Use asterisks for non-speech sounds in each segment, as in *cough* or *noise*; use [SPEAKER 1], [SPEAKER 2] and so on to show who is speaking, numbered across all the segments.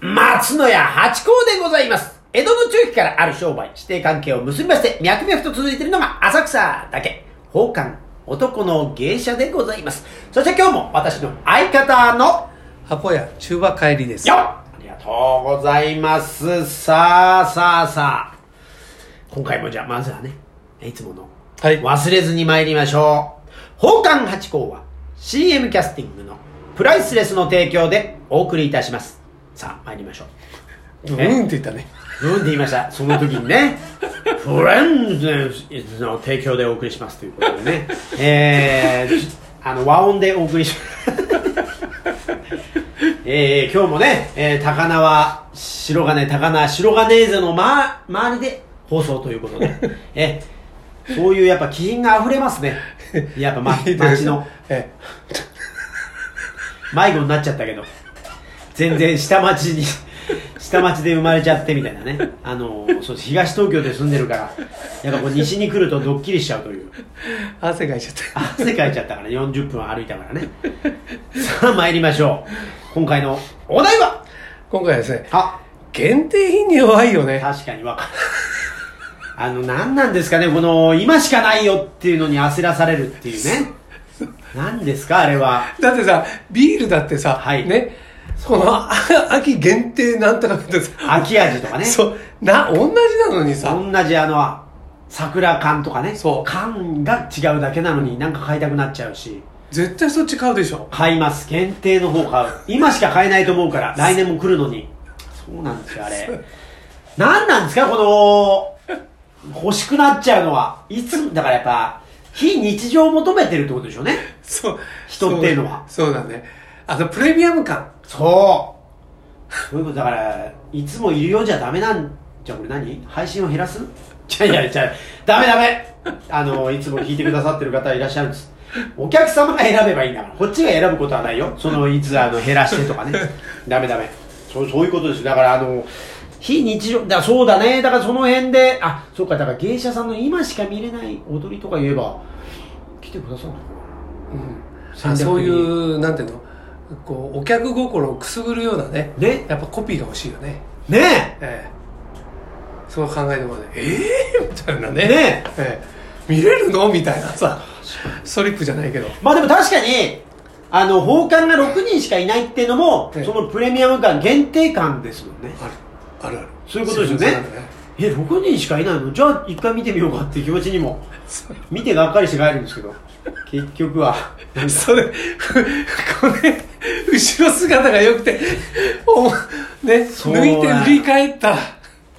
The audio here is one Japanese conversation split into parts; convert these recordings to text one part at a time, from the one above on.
[SPEAKER 1] 松野屋八甲でございます。江戸の中期からある商売、指定関係を結びまして、脈々と続いているのが浅草だけ、宝冠、男の芸者でございます。そして今日も私の相方の、
[SPEAKER 2] 箱屋中和帰りです
[SPEAKER 1] よっありがとうございます。さあさあさあ。今回もじゃあ、まずはね、いつもの、
[SPEAKER 2] はい
[SPEAKER 1] 忘れずに参りましょう。宝冠八甲は CM キャスティングのプライスレスの提供でお送りいたします。さあ、参りましょう。
[SPEAKER 2] うんって言ったね
[SPEAKER 1] うんって言いました。その時にね、フレンズの提供でお送りしますということでね、えー、あの和音でお送りします。えー、今日もね、えー、高輪、白金、高輪、白金ーゼの、ま、周りで放送ということで、えそういうやっぱ気品が溢れますね。やっ
[SPEAKER 2] *laughs*
[SPEAKER 1] ぱ、ま、街の。
[SPEAKER 2] え
[SPEAKER 1] 迷子になっちゃったけど全然下町に下町で生まれちゃってみたいなねあのそう東東京で住んでるからやっぱこう西に来るとドッキリしちゃうという
[SPEAKER 2] え汗かいちゃった
[SPEAKER 1] 汗かいちゃったから40分歩いたからねさあ参りましょう今回のお題は
[SPEAKER 2] 今回はですね
[SPEAKER 1] あ
[SPEAKER 2] 限定品に弱いよね
[SPEAKER 1] 確かにわかるあの何なんですかねこの今しかないよっていうのに焦らされるっていうね何ですかあれは
[SPEAKER 2] だってさビールだってさ、
[SPEAKER 1] はい
[SPEAKER 2] ねこのあ秋限定なんとかってさ、
[SPEAKER 1] 秋味とかね
[SPEAKER 2] そうな同じなのにさ
[SPEAKER 1] 同じあの桜缶とかね
[SPEAKER 2] そう
[SPEAKER 1] 缶が違うだけなのになんか買いたくなっちゃうし
[SPEAKER 2] 絶対そっち買うでしょ
[SPEAKER 1] 買います限定の方買う今しか買えないと思う *laughs* から来年も来るのにそうなんですよあれ何なんですかこの欲しくなっちゃうのはいつだからやっぱ非日常を求めてるってことでしょうね
[SPEAKER 2] そう
[SPEAKER 1] 人っていうのは
[SPEAKER 2] そうそうだねあのプレミアム感
[SPEAKER 1] そうそういうことだからいつもいるようじゃダメなんじゃあこれ何配信を減らすいやいやいやダメダメあのいつも聞いてくださってる方いらっしゃるんですお客様が選べばいいんだからこっちが選ぶことはないよそのいつあの減らしてとか *laughs* ねダメダメそうそういうことですだからあの非日常だからそうだねだからその辺であそうかだから芸者さんの今しか見れない踊りとか言えば来てくださるのか
[SPEAKER 2] あ
[SPEAKER 1] 戦略的に
[SPEAKER 2] そういうなんていうのこうお客心をくすぐるようなね
[SPEAKER 1] なね
[SPEAKER 2] やっぱコピーが欲しいよね
[SPEAKER 1] ね
[SPEAKER 2] ええそう考えてもねええみたいな
[SPEAKER 1] え
[SPEAKER 2] ね
[SPEAKER 1] ねえ
[SPEAKER 2] ええ見れるのみたいなさストリップじゃないけど
[SPEAKER 1] まあでも確かに、あの、奉還が6人しかいないっていうのも、
[SPEAKER 2] ええ
[SPEAKER 1] そのプレミアム感、限定感ですもんね。
[SPEAKER 2] あるあるある
[SPEAKER 1] そういうことですよね
[SPEAKER 2] そういうことなんだ
[SPEAKER 1] え、6人しかいないのじゃあ一回見てみようかっていう気持ちにも、見てがっかりして帰るんですけど、結局は。
[SPEAKER 2] それふこれ後ろ姿が良くておね
[SPEAKER 1] そう
[SPEAKER 2] 抜いて振り返った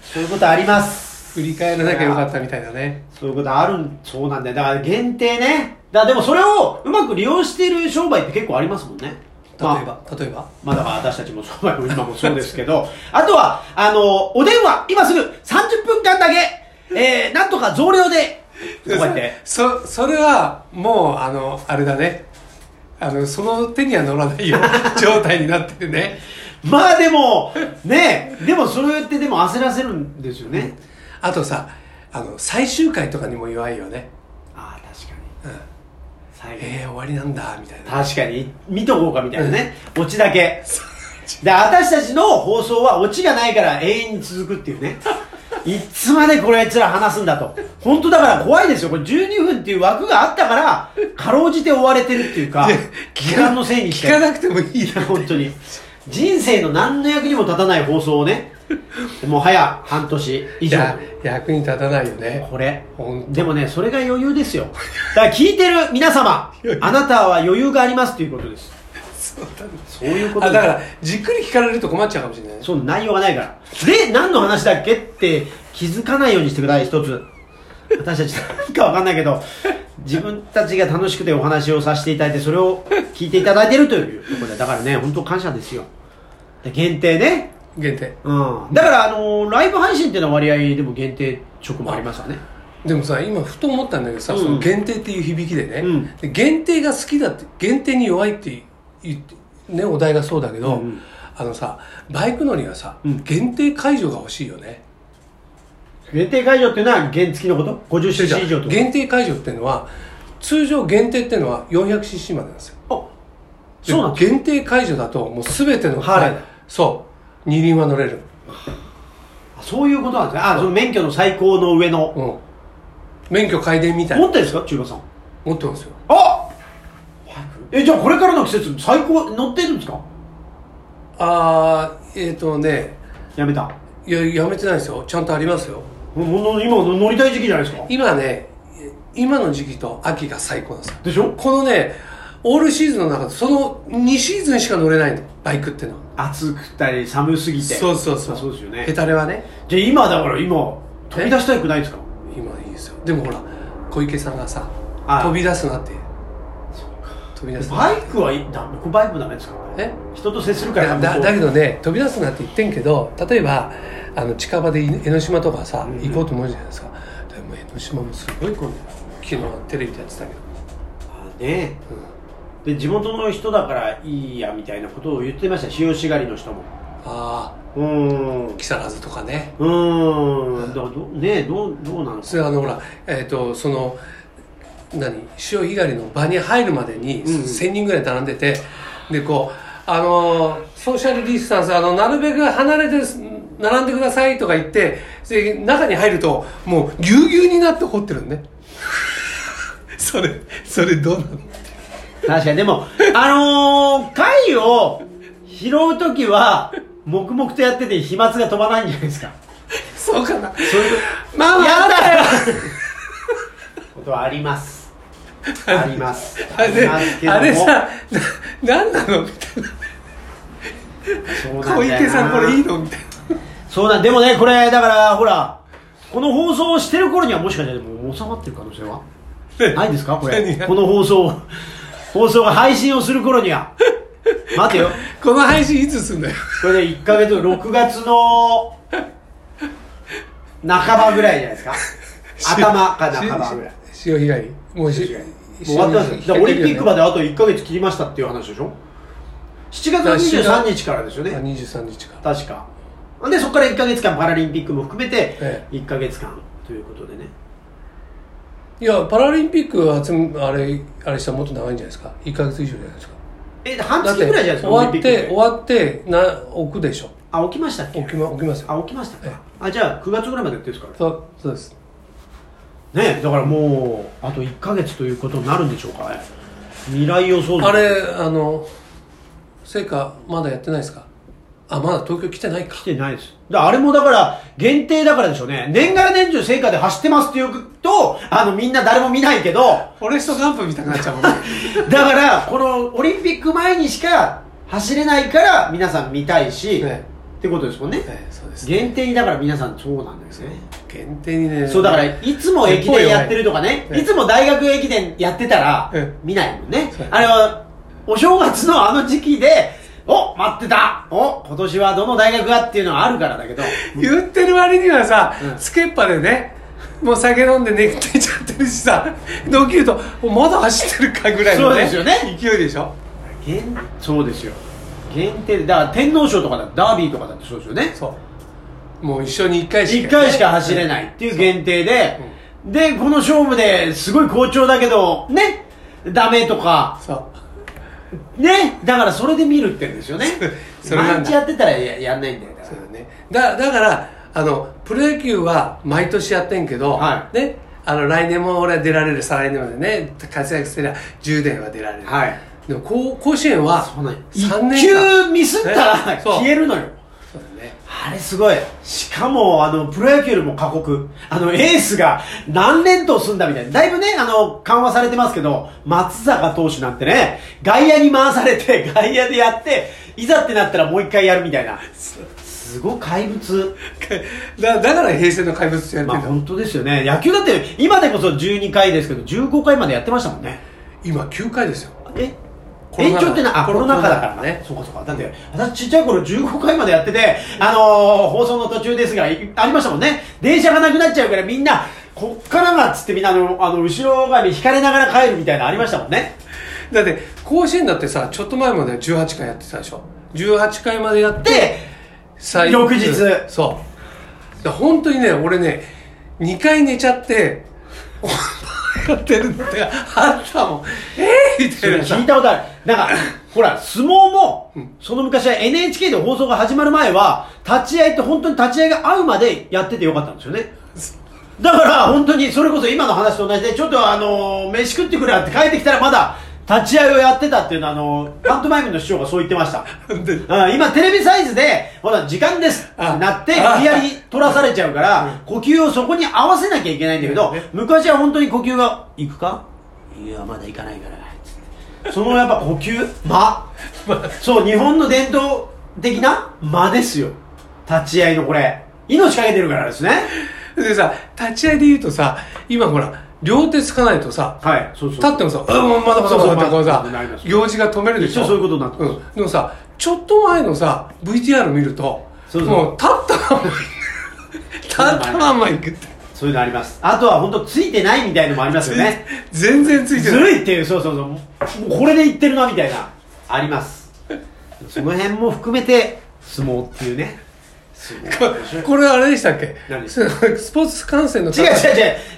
[SPEAKER 1] そういうことあります。
[SPEAKER 2] 振り返らなきゃよかったみたいなね
[SPEAKER 1] そういうことあるん、そうなんだよ。だから限定ね。だからでもそれをうまく利用してる商売って結構ありますもんね。
[SPEAKER 2] 例え
[SPEAKER 1] まあ
[SPEAKER 2] ば例えば
[SPEAKER 1] まだまあ私たちもそうだよ、今もそうですけど、あとは、あの、お電話、今すぐ30分間だけ、えー、なんとか増量で、こうやって。
[SPEAKER 2] そそれはもうあのあれだねあのその手には乗らないよ状態になっててね
[SPEAKER 1] まあでも、ねでもそれってでも焦らせるんですよね。
[SPEAKER 2] あとさあの最終回とかにも弱いよね
[SPEAKER 1] ああ、確かに。
[SPEAKER 2] うん
[SPEAKER 1] 最後。
[SPEAKER 2] えー、終わりなんだみたいな
[SPEAKER 1] 確かに、見とこうかみたいなね。オチだけ。で、私たちの放送はオチがないから永遠に続くっていう
[SPEAKER 2] *laughs*
[SPEAKER 1] ね。いつまでこれあいつら話すんだと。本当だから怖いですよ。これ12分っていう枠があったから、かろうじて追われてるっていうか、時間のせいにして。
[SPEAKER 2] 聞かなくてもいい
[SPEAKER 1] いや本当に人生の何の役にも立たない放送をねもう早半年以
[SPEAKER 2] い
[SPEAKER 1] 上
[SPEAKER 2] や役に立たないよね
[SPEAKER 1] これ
[SPEAKER 2] 本当
[SPEAKER 1] でもねそれが余裕ですよだから聞いてる皆様あなたは余裕がありますということです
[SPEAKER 2] そうだ,、ね、
[SPEAKER 1] そういうこと
[SPEAKER 2] あ
[SPEAKER 1] で
[SPEAKER 2] だからじっくり聞かれると困っちゃうかもしれないね
[SPEAKER 1] そう内容がないからで何の話だっけって気づかないようにしてください一つ私たちなんかわかんないけど自分たちが楽しくてお話をさせていただいてそれを聞いていただいてるというところでだからね本当感謝ですよで限定ね
[SPEAKER 2] 限定
[SPEAKER 1] うん、だから、あのーライブ配信っていうのは割合でも限定食もありますわね
[SPEAKER 2] でもさ今ふと思ったんだけどさ、
[SPEAKER 1] うん
[SPEAKER 2] その限定っていう響きでね、
[SPEAKER 1] うん
[SPEAKER 2] で限定が好きだって限定に弱いって言ってねお題がそうだけど、
[SPEAKER 1] うんうん
[SPEAKER 2] あのさバイク乗りはさ、
[SPEAKER 1] うん
[SPEAKER 2] 限定解除が欲しいよね
[SPEAKER 1] 限定会場っていうのは原付きのこと 50cc 以上ってこと
[SPEAKER 2] 限定解除っていうのは通常限定っていうのは 400cc までなんですよ
[SPEAKER 1] あそうなんです
[SPEAKER 2] 限定解除だともう全ての
[SPEAKER 1] ハーレー
[SPEAKER 2] はいそう二輪は乗れる
[SPEAKER 1] あそういうことなんですねあその免許の最高の上の、
[SPEAKER 2] うん免許改伝みたい
[SPEAKER 1] 持
[SPEAKER 2] な
[SPEAKER 1] ってるんですか中馬さん
[SPEAKER 2] 持ってますよ
[SPEAKER 1] あえじゃあこれからの季節最高乗ってるんですか
[SPEAKER 2] ああえっ、とね
[SPEAKER 1] やめた
[SPEAKER 2] いややめてないですよちゃんとありますよ
[SPEAKER 1] もうの今乗りたい時期じゃないですか
[SPEAKER 2] 今ね今の時期と秋が最高なんですよ
[SPEAKER 1] でしょ
[SPEAKER 2] このねオールシーズンの中でその2シーズンしか乗れないのバイクってのは
[SPEAKER 1] 暑くたり寒すぎて
[SPEAKER 2] そうそうそう
[SPEAKER 1] あそうですよね
[SPEAKER 2] ヘタレはね
[SPEAKER 1] じゃあ今だから今飛び出したくないですか
[SPEAKER 2] 今いいですよでもほら小池さんがさ
[SPEAKER 1] あ
[SPEAKER 2] 飛び出すなって飛び出すな
[SPEAKER 1] バイクはいダメバイクダメですか
[SPEAKER 2] え
[SPEAKER 1] 人と接する
[SPEAKER 2] い
[SPEAKER 1] から
[SPEAKER 2] やだだけどね飛び出すなって言ってんけど例えばあの近場でい江ノ島とかさ、
[SPEAKER 1] ん
[SPEAKER 2] 行こうと思うじゃないですかでも江ノ島もすごい混んでる昨日テレビでやってたけど、
[SPEAKER 1] あねで地元の人だからいいやみたいなことを言ってました潮干狩りの人も
[SPEAKER 2] あ
[SPEAKER 1] うーんう
[SPEAKER 2] あ木更津とかね
[SPEAKER 1] ーんだからどねどうどうなの
[SPEAKER 2] それはあのほらえっ、とその何潮干狩りの場に入るまでに
[SPEAKER 1] うん
[SPEAKER 2] 1000人ぐらい並んでて、でこうあのーソーシャルディスタンスあのなるべく離れて並んでくださいとか言ってで中に入るともうぎゅうぎゅうになって怒ってるんね *laughs* それそれどうなの
[SPEAKER 1] 確かにでもあのー、貝を拾う時は黙々とやってて飛沫が飛ばないんじゃないですか
[SPEAKER 2] そうかな
[SPEAKER 1] そういう
[SPEAKER 2] まあまあ
[SPEAKER 1] やっ
[SPEAKER 2] あった
[SPEAKER 1] た
[SPEAKER 2] よ
[SPEAKER 1] ことはありますあります
[SPEAKER 2] あれ
[SPEAKER 1] ますけども
[SPEAKER 2] あれさななんなのみたいな
[SPEAKER 1] そうなんだよ
[SPEAKER 2] 小
[SPEAKER 1] な
[SPEAKER 2] 池さんこれいいのみたいな
[SPEAKER 1] そうなんでもねこれだからほらこの放送をしてる頃にはもしかしてもう収まってる可能性はないですかこれ
[SPEAKER 2] 何が
[SPEAKER 1] この放送放送が配信をする頃には待てよ
[SPEAKER 2] この配信いつすんだよ
[SPEAKER 1] これで1ヶ月6月の半ばぐらいじゃないで
[SPEAKER 2] *laughs*
[SPEAKER 1] すか頭か半ばぐらい
[SPEAKER 2] し潮干狩りもうし
[SPEAKER 1] もう終わってますよだからオリンピックまであと1ヶ月切りましたっていう話でしょ7月の23日からですよね
[SPEAKER 2] 二十三日から
[SPEAKER 1] 確かでそこから1か月間パラリンピックも含めて
[SPEAKER 2] え
[SPEAKER 1] 1か月間ということでね
[SPEAKER 2] いやパラリンピックは集めあれあれしたらもっと長いんじゃないですか一ヶ月以上じゃないですか
[SPEAKER 1] え半
[SPEAKER 2] だっ
[SPEAKER 1] 月
[SPEAKER 2] て
[SPEAKER 1] ぐらいじゃないです
[SPEAKER 2] 終
[SPEAKER 1] か
[SPEAKER 2] わっ
[SPEAKER 1] オリンピック
[SPEAKER 2] て終わってな置くでしょ
[SPEAKER 1] あ起きましたっけ
[SPEAKER 2] 置きま置きますよ
[SPEAKER 1] あ起きました
[SPEAKER 2] ええ
[SPEAKER 1] かあじゃあ9月ぐらいまでやってるんですか
[SPEAKER 2] そうそうです
[SPEAKER 1] らねだからもうあと1か月ということになるんでしょうかね未来予想図
[SPEAKER 2] あれあの聖火まだやってないですかあまだ東京来てないか
[SPEAKER 1] 来てないですだあれもだから限定だからでしょうね年がら年中聖火で走ってますって言うとあのみんな誰も見ないけど
[SPEAKER 2] フォレストガンプみたくなっちゃうもんね
[SPEAKER 1] だからこのオリンピック前にしか走れないから皆さん見たいし、
[SPEAKER 2] え
[SPEAKER 1] ってことですもんね、
[SPEAKER 2] *laughs* ええそうです
[SPEAKER 1] 限定にだから皆さんそうなんですね、
[SPEAKER 2] 限定にね
[SPEAKER 1] そうだからいつも駅伝やってるとかね
[SPEAKER 2] ええ
[SPEAKER 1] いつも大学駅伝やってたら
[SPEAKER 2] ええ
[SPEAKER 1] 見ないもんね
[SPEAKER 2] そう
[SPEAKER 1] あれはお正月のあの時期でお待ってたお今年はどの大学がっていうのはあるからだけど
[SPEAKER 2] 言ってる割にはさ、
[SPEAKER 1] うん
[SPEAKER 2] つけっぱでねもう酒飲んで寝てちゃってるしさで起きるとまだ走ってるかぐらいの、
[SPEAKER 1] そう
[SPEAKER 2] ね、
[SPEAKER 1] ですよね
[SPEAKER 2] 勢いでしょ
[SPEAKER 1] 限そうですよ限定でだから天皇賞とかだダービーとかだってそうですよね
[SPEAKER 2] そうもう一緒に1回しか、
[SPEAKER 1] 1回しか走れないっていう限定で、で、この勝負ですごい好調だけど、ね、ダメとか、
[SPEAKER 2] そう
[SPEAKER 1] ね、だからそれで見るってんですよね。
[SPEAKER 2] *laughs* それなんだ
[SPEAKER 1] 毎日やってたらややんないんだよ。だか
[SPEAKER 2] そう
[SPEAKER 1] ら
[SPEAKER 2] だねだだからあのプロ野球は毎年やってんけど、
[SPEAKER 1] はい
[SPEAKER 2] ねあの来年も俺は出られる再来年までね活躍すれば10年は出られる、
[SPEAKER 1] はい。
[SPEAKER 2] でもこう甲子園は
[SPEAKER 1] そうなんよ
[SPEAKER 2] 3
[SPEAKER 1] 一
[SPEAKER 2] 年間
[SPEAKER 1] 球ミスったら
[SPEAKER 2] ねそう
[SPEAKER 1] 消えるのよ。
[SPEAKER 2] そうだね
[SPEAKER 1] あれすごい。しかも、あの、プロ野球よりも過酷。あの、エースが何連投すんだみたいな。だいぶね、あの、緩和されてますけど、松坂投手なんてね、外野に回されて、 *laughs* 外野でやって、いざってなったらもう一回やるみたいな。すごい怪
[SPEAKER 2] *laughs*
[SPEAKER 1] 物。
[SPEAKER 2] だだから平成の怪物ってやって
[SPEAKER 1] ま
[SPEAKER 2] ん
[SPEAKER 1] あ
[SPEAKER 2] だ、
[SPEAKER 1] 本当ですよね。野球だって、今でこそ12回ですけど、15回までやってましたもんね。
[SPEAKER 2] 今9回ですよ
[SPEAKER 1] え
[SPEAKER 2] コロ
[SPEAKER 1] 延
[SPEAKER 2] ナだ
[SPEAKER 1] 長ってな、あ、コロナ禍だから
[SPEAKER 2] コロナだから
[SPEAKER 1] ね
[SPEAKER 2] ね。
[SPEAKER 1] そうかそうか。だって、私ちっちゃい頃15回までやってて、あのー放送の途中ですが、いありましたもんね。電車がなくなっちゃうからみんな、こっからがっつってみんなあの、あの、後ろ髪引かれながら帰るみたいなのありましたもんね。
[SPEAKER 2] だって甲子園だってさちょっと前まで18回やってたでしょ18回までやって
[SPEAKER 1] で、
[SPEAKER 2] 最
[SPEAKER 1] 翌日
[SPEAKER 2] そうだ本当にね俺ね2回寝ちゃってお前やってるのってあったもんえー、み
[SPEAKER 1] そ
[SPEAKER 2] たい
[SPEAKER 1] れ
[SPEAKER 2] な
[SPEAKER 1] 聞
[SPEAKER 2] さ
[SPEAKER 1] いたことある。なんか、ほら、相撲も、その昔は NHK で放送が始まる前は、立ち合いって本当に立ち合いが合うまでやっててよかったんですよね。だから、本当に、それこそ今の話と同じで、ちょっとあのー、飯食ってくれって帰ってきたらまだ、立ち合いをやってたっていうのは、あの
[SPEAKER 2] *laughs*
[SPEAKER 1] ー、パントマイムの師匠がそう言ってました。
[SPEAKER 2] で
[SPEAKER 1] うん今テレビサイズでほら時間ですって
[SPEAKER 2] あ
[SPEAKER 1] なって
[SPEAKER 2] あ
[SPEAKER 1] 無理やり取らされちゃうから呼吸をそこに合わせなきゃいけないんだけど
[SPEAKER 2] ね
[SPEAKER 1] 昔は本当に呼吸が「行くか?」いやまだ行かないからつってそのやっぱ呼吸間そう日本の伝統的な間ですよ立ち合いのこれ命かけてるからですね
[SPEAKER 2] でさ、立ち合いで言うとさ、今ほら、両手つかないとさ、
[SPEAKER 1] はいそうそう
[SPEAKER 2] 立ってもさ、うん、まだまだ
[SPEAKER 1] そうそ
[SPEAKER 2] ま
[SPEAKER 1] う
[SPEAKER 2] だってこうさ
[SPEAKER 1] まだまだなりま、す
[SPEAKER 2] 行事が止めるでし
[SPEAKER 1] 一
[SPEAKER 2] ょ。
[SPEAKER 1] 応そういうことになって
[SPEAKER 2] う
[SPEAKER 1] ます、
[SPEAKER 2] ん。でもさ、ちょっと前のさ、VTR 見ると、
[SPEAKER 1] そうそう
[SPEAKER 2] もう立ったまんま、立ったまんま行くって。
[SPEAKER 1] そういうのありますあとは本当ついてないみたいのもありますよね
[SPEAKER 2] 全然ついて
[SPEAKER 1] ず
[SPEAKER 2] ない。
[SPEAKER 1] るいっていうそうそうそうもうこれで言ってるなみたいなありますその辺も含めて相撲っていうね相撲面白い
[SPEAKER 2] これあれでしたっけ
[SPEAKER 1] 何
[SPEAKER 2] ススポーツ観戦の
[SPEAKER 1] 違う違う違う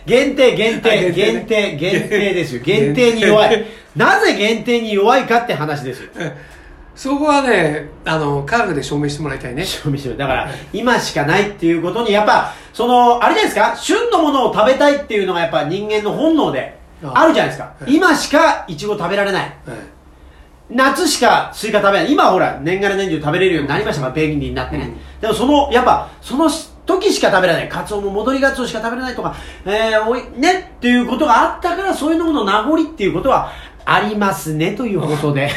[SPEAKER 1] 限定限
[SPEAKER 2] あ
[SPEAKER 1] 定
[SPEAKER 2] 限定
[SPEAKER 1] 限定
[SPEAKER 2] ね
[SPEAKER 1] 限定ですよ限定に弱
[SPEAKER 2] 限
[SPEAKER 1] いなぜ限定に弱いかって話ですよ
[SPEAKER 2] そこはね、あの、科学で証明してもらいたいね。
[SPEAKER 1] 賞味しろだから今しかないっていうことにやっぱそのあれじゃないですか旬のものを食べたいっていうのがやっぱ人間の本能で
[SPEAKER 2] あ
[SPEAKER 1] あるじゃないですか今しかイチゴ食べられない夏しかスイカ食べない今ほら年がら年中食べれるようになりましたから便利になってね、でもそのやっぱその時しか食べられないカツオも戻りガツオしか食べれないとか、えーおいねっていうことがあったからそういうのの名残っていうことはありますねということで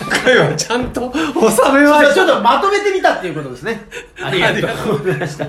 [SPEAKER 2] 今回はちゃんと収め
[SPEAKER 1] *laughs* ちょ
[SPEAKER 2] ま
[SPEAKER 1] っと
[SPEAKER 2] し
[SPEAKER 1] ちょ *laughs*
[SPEAKER 2] た
[SPEAKER 1] っ。とまとめてみたっていうことですねありがとうございました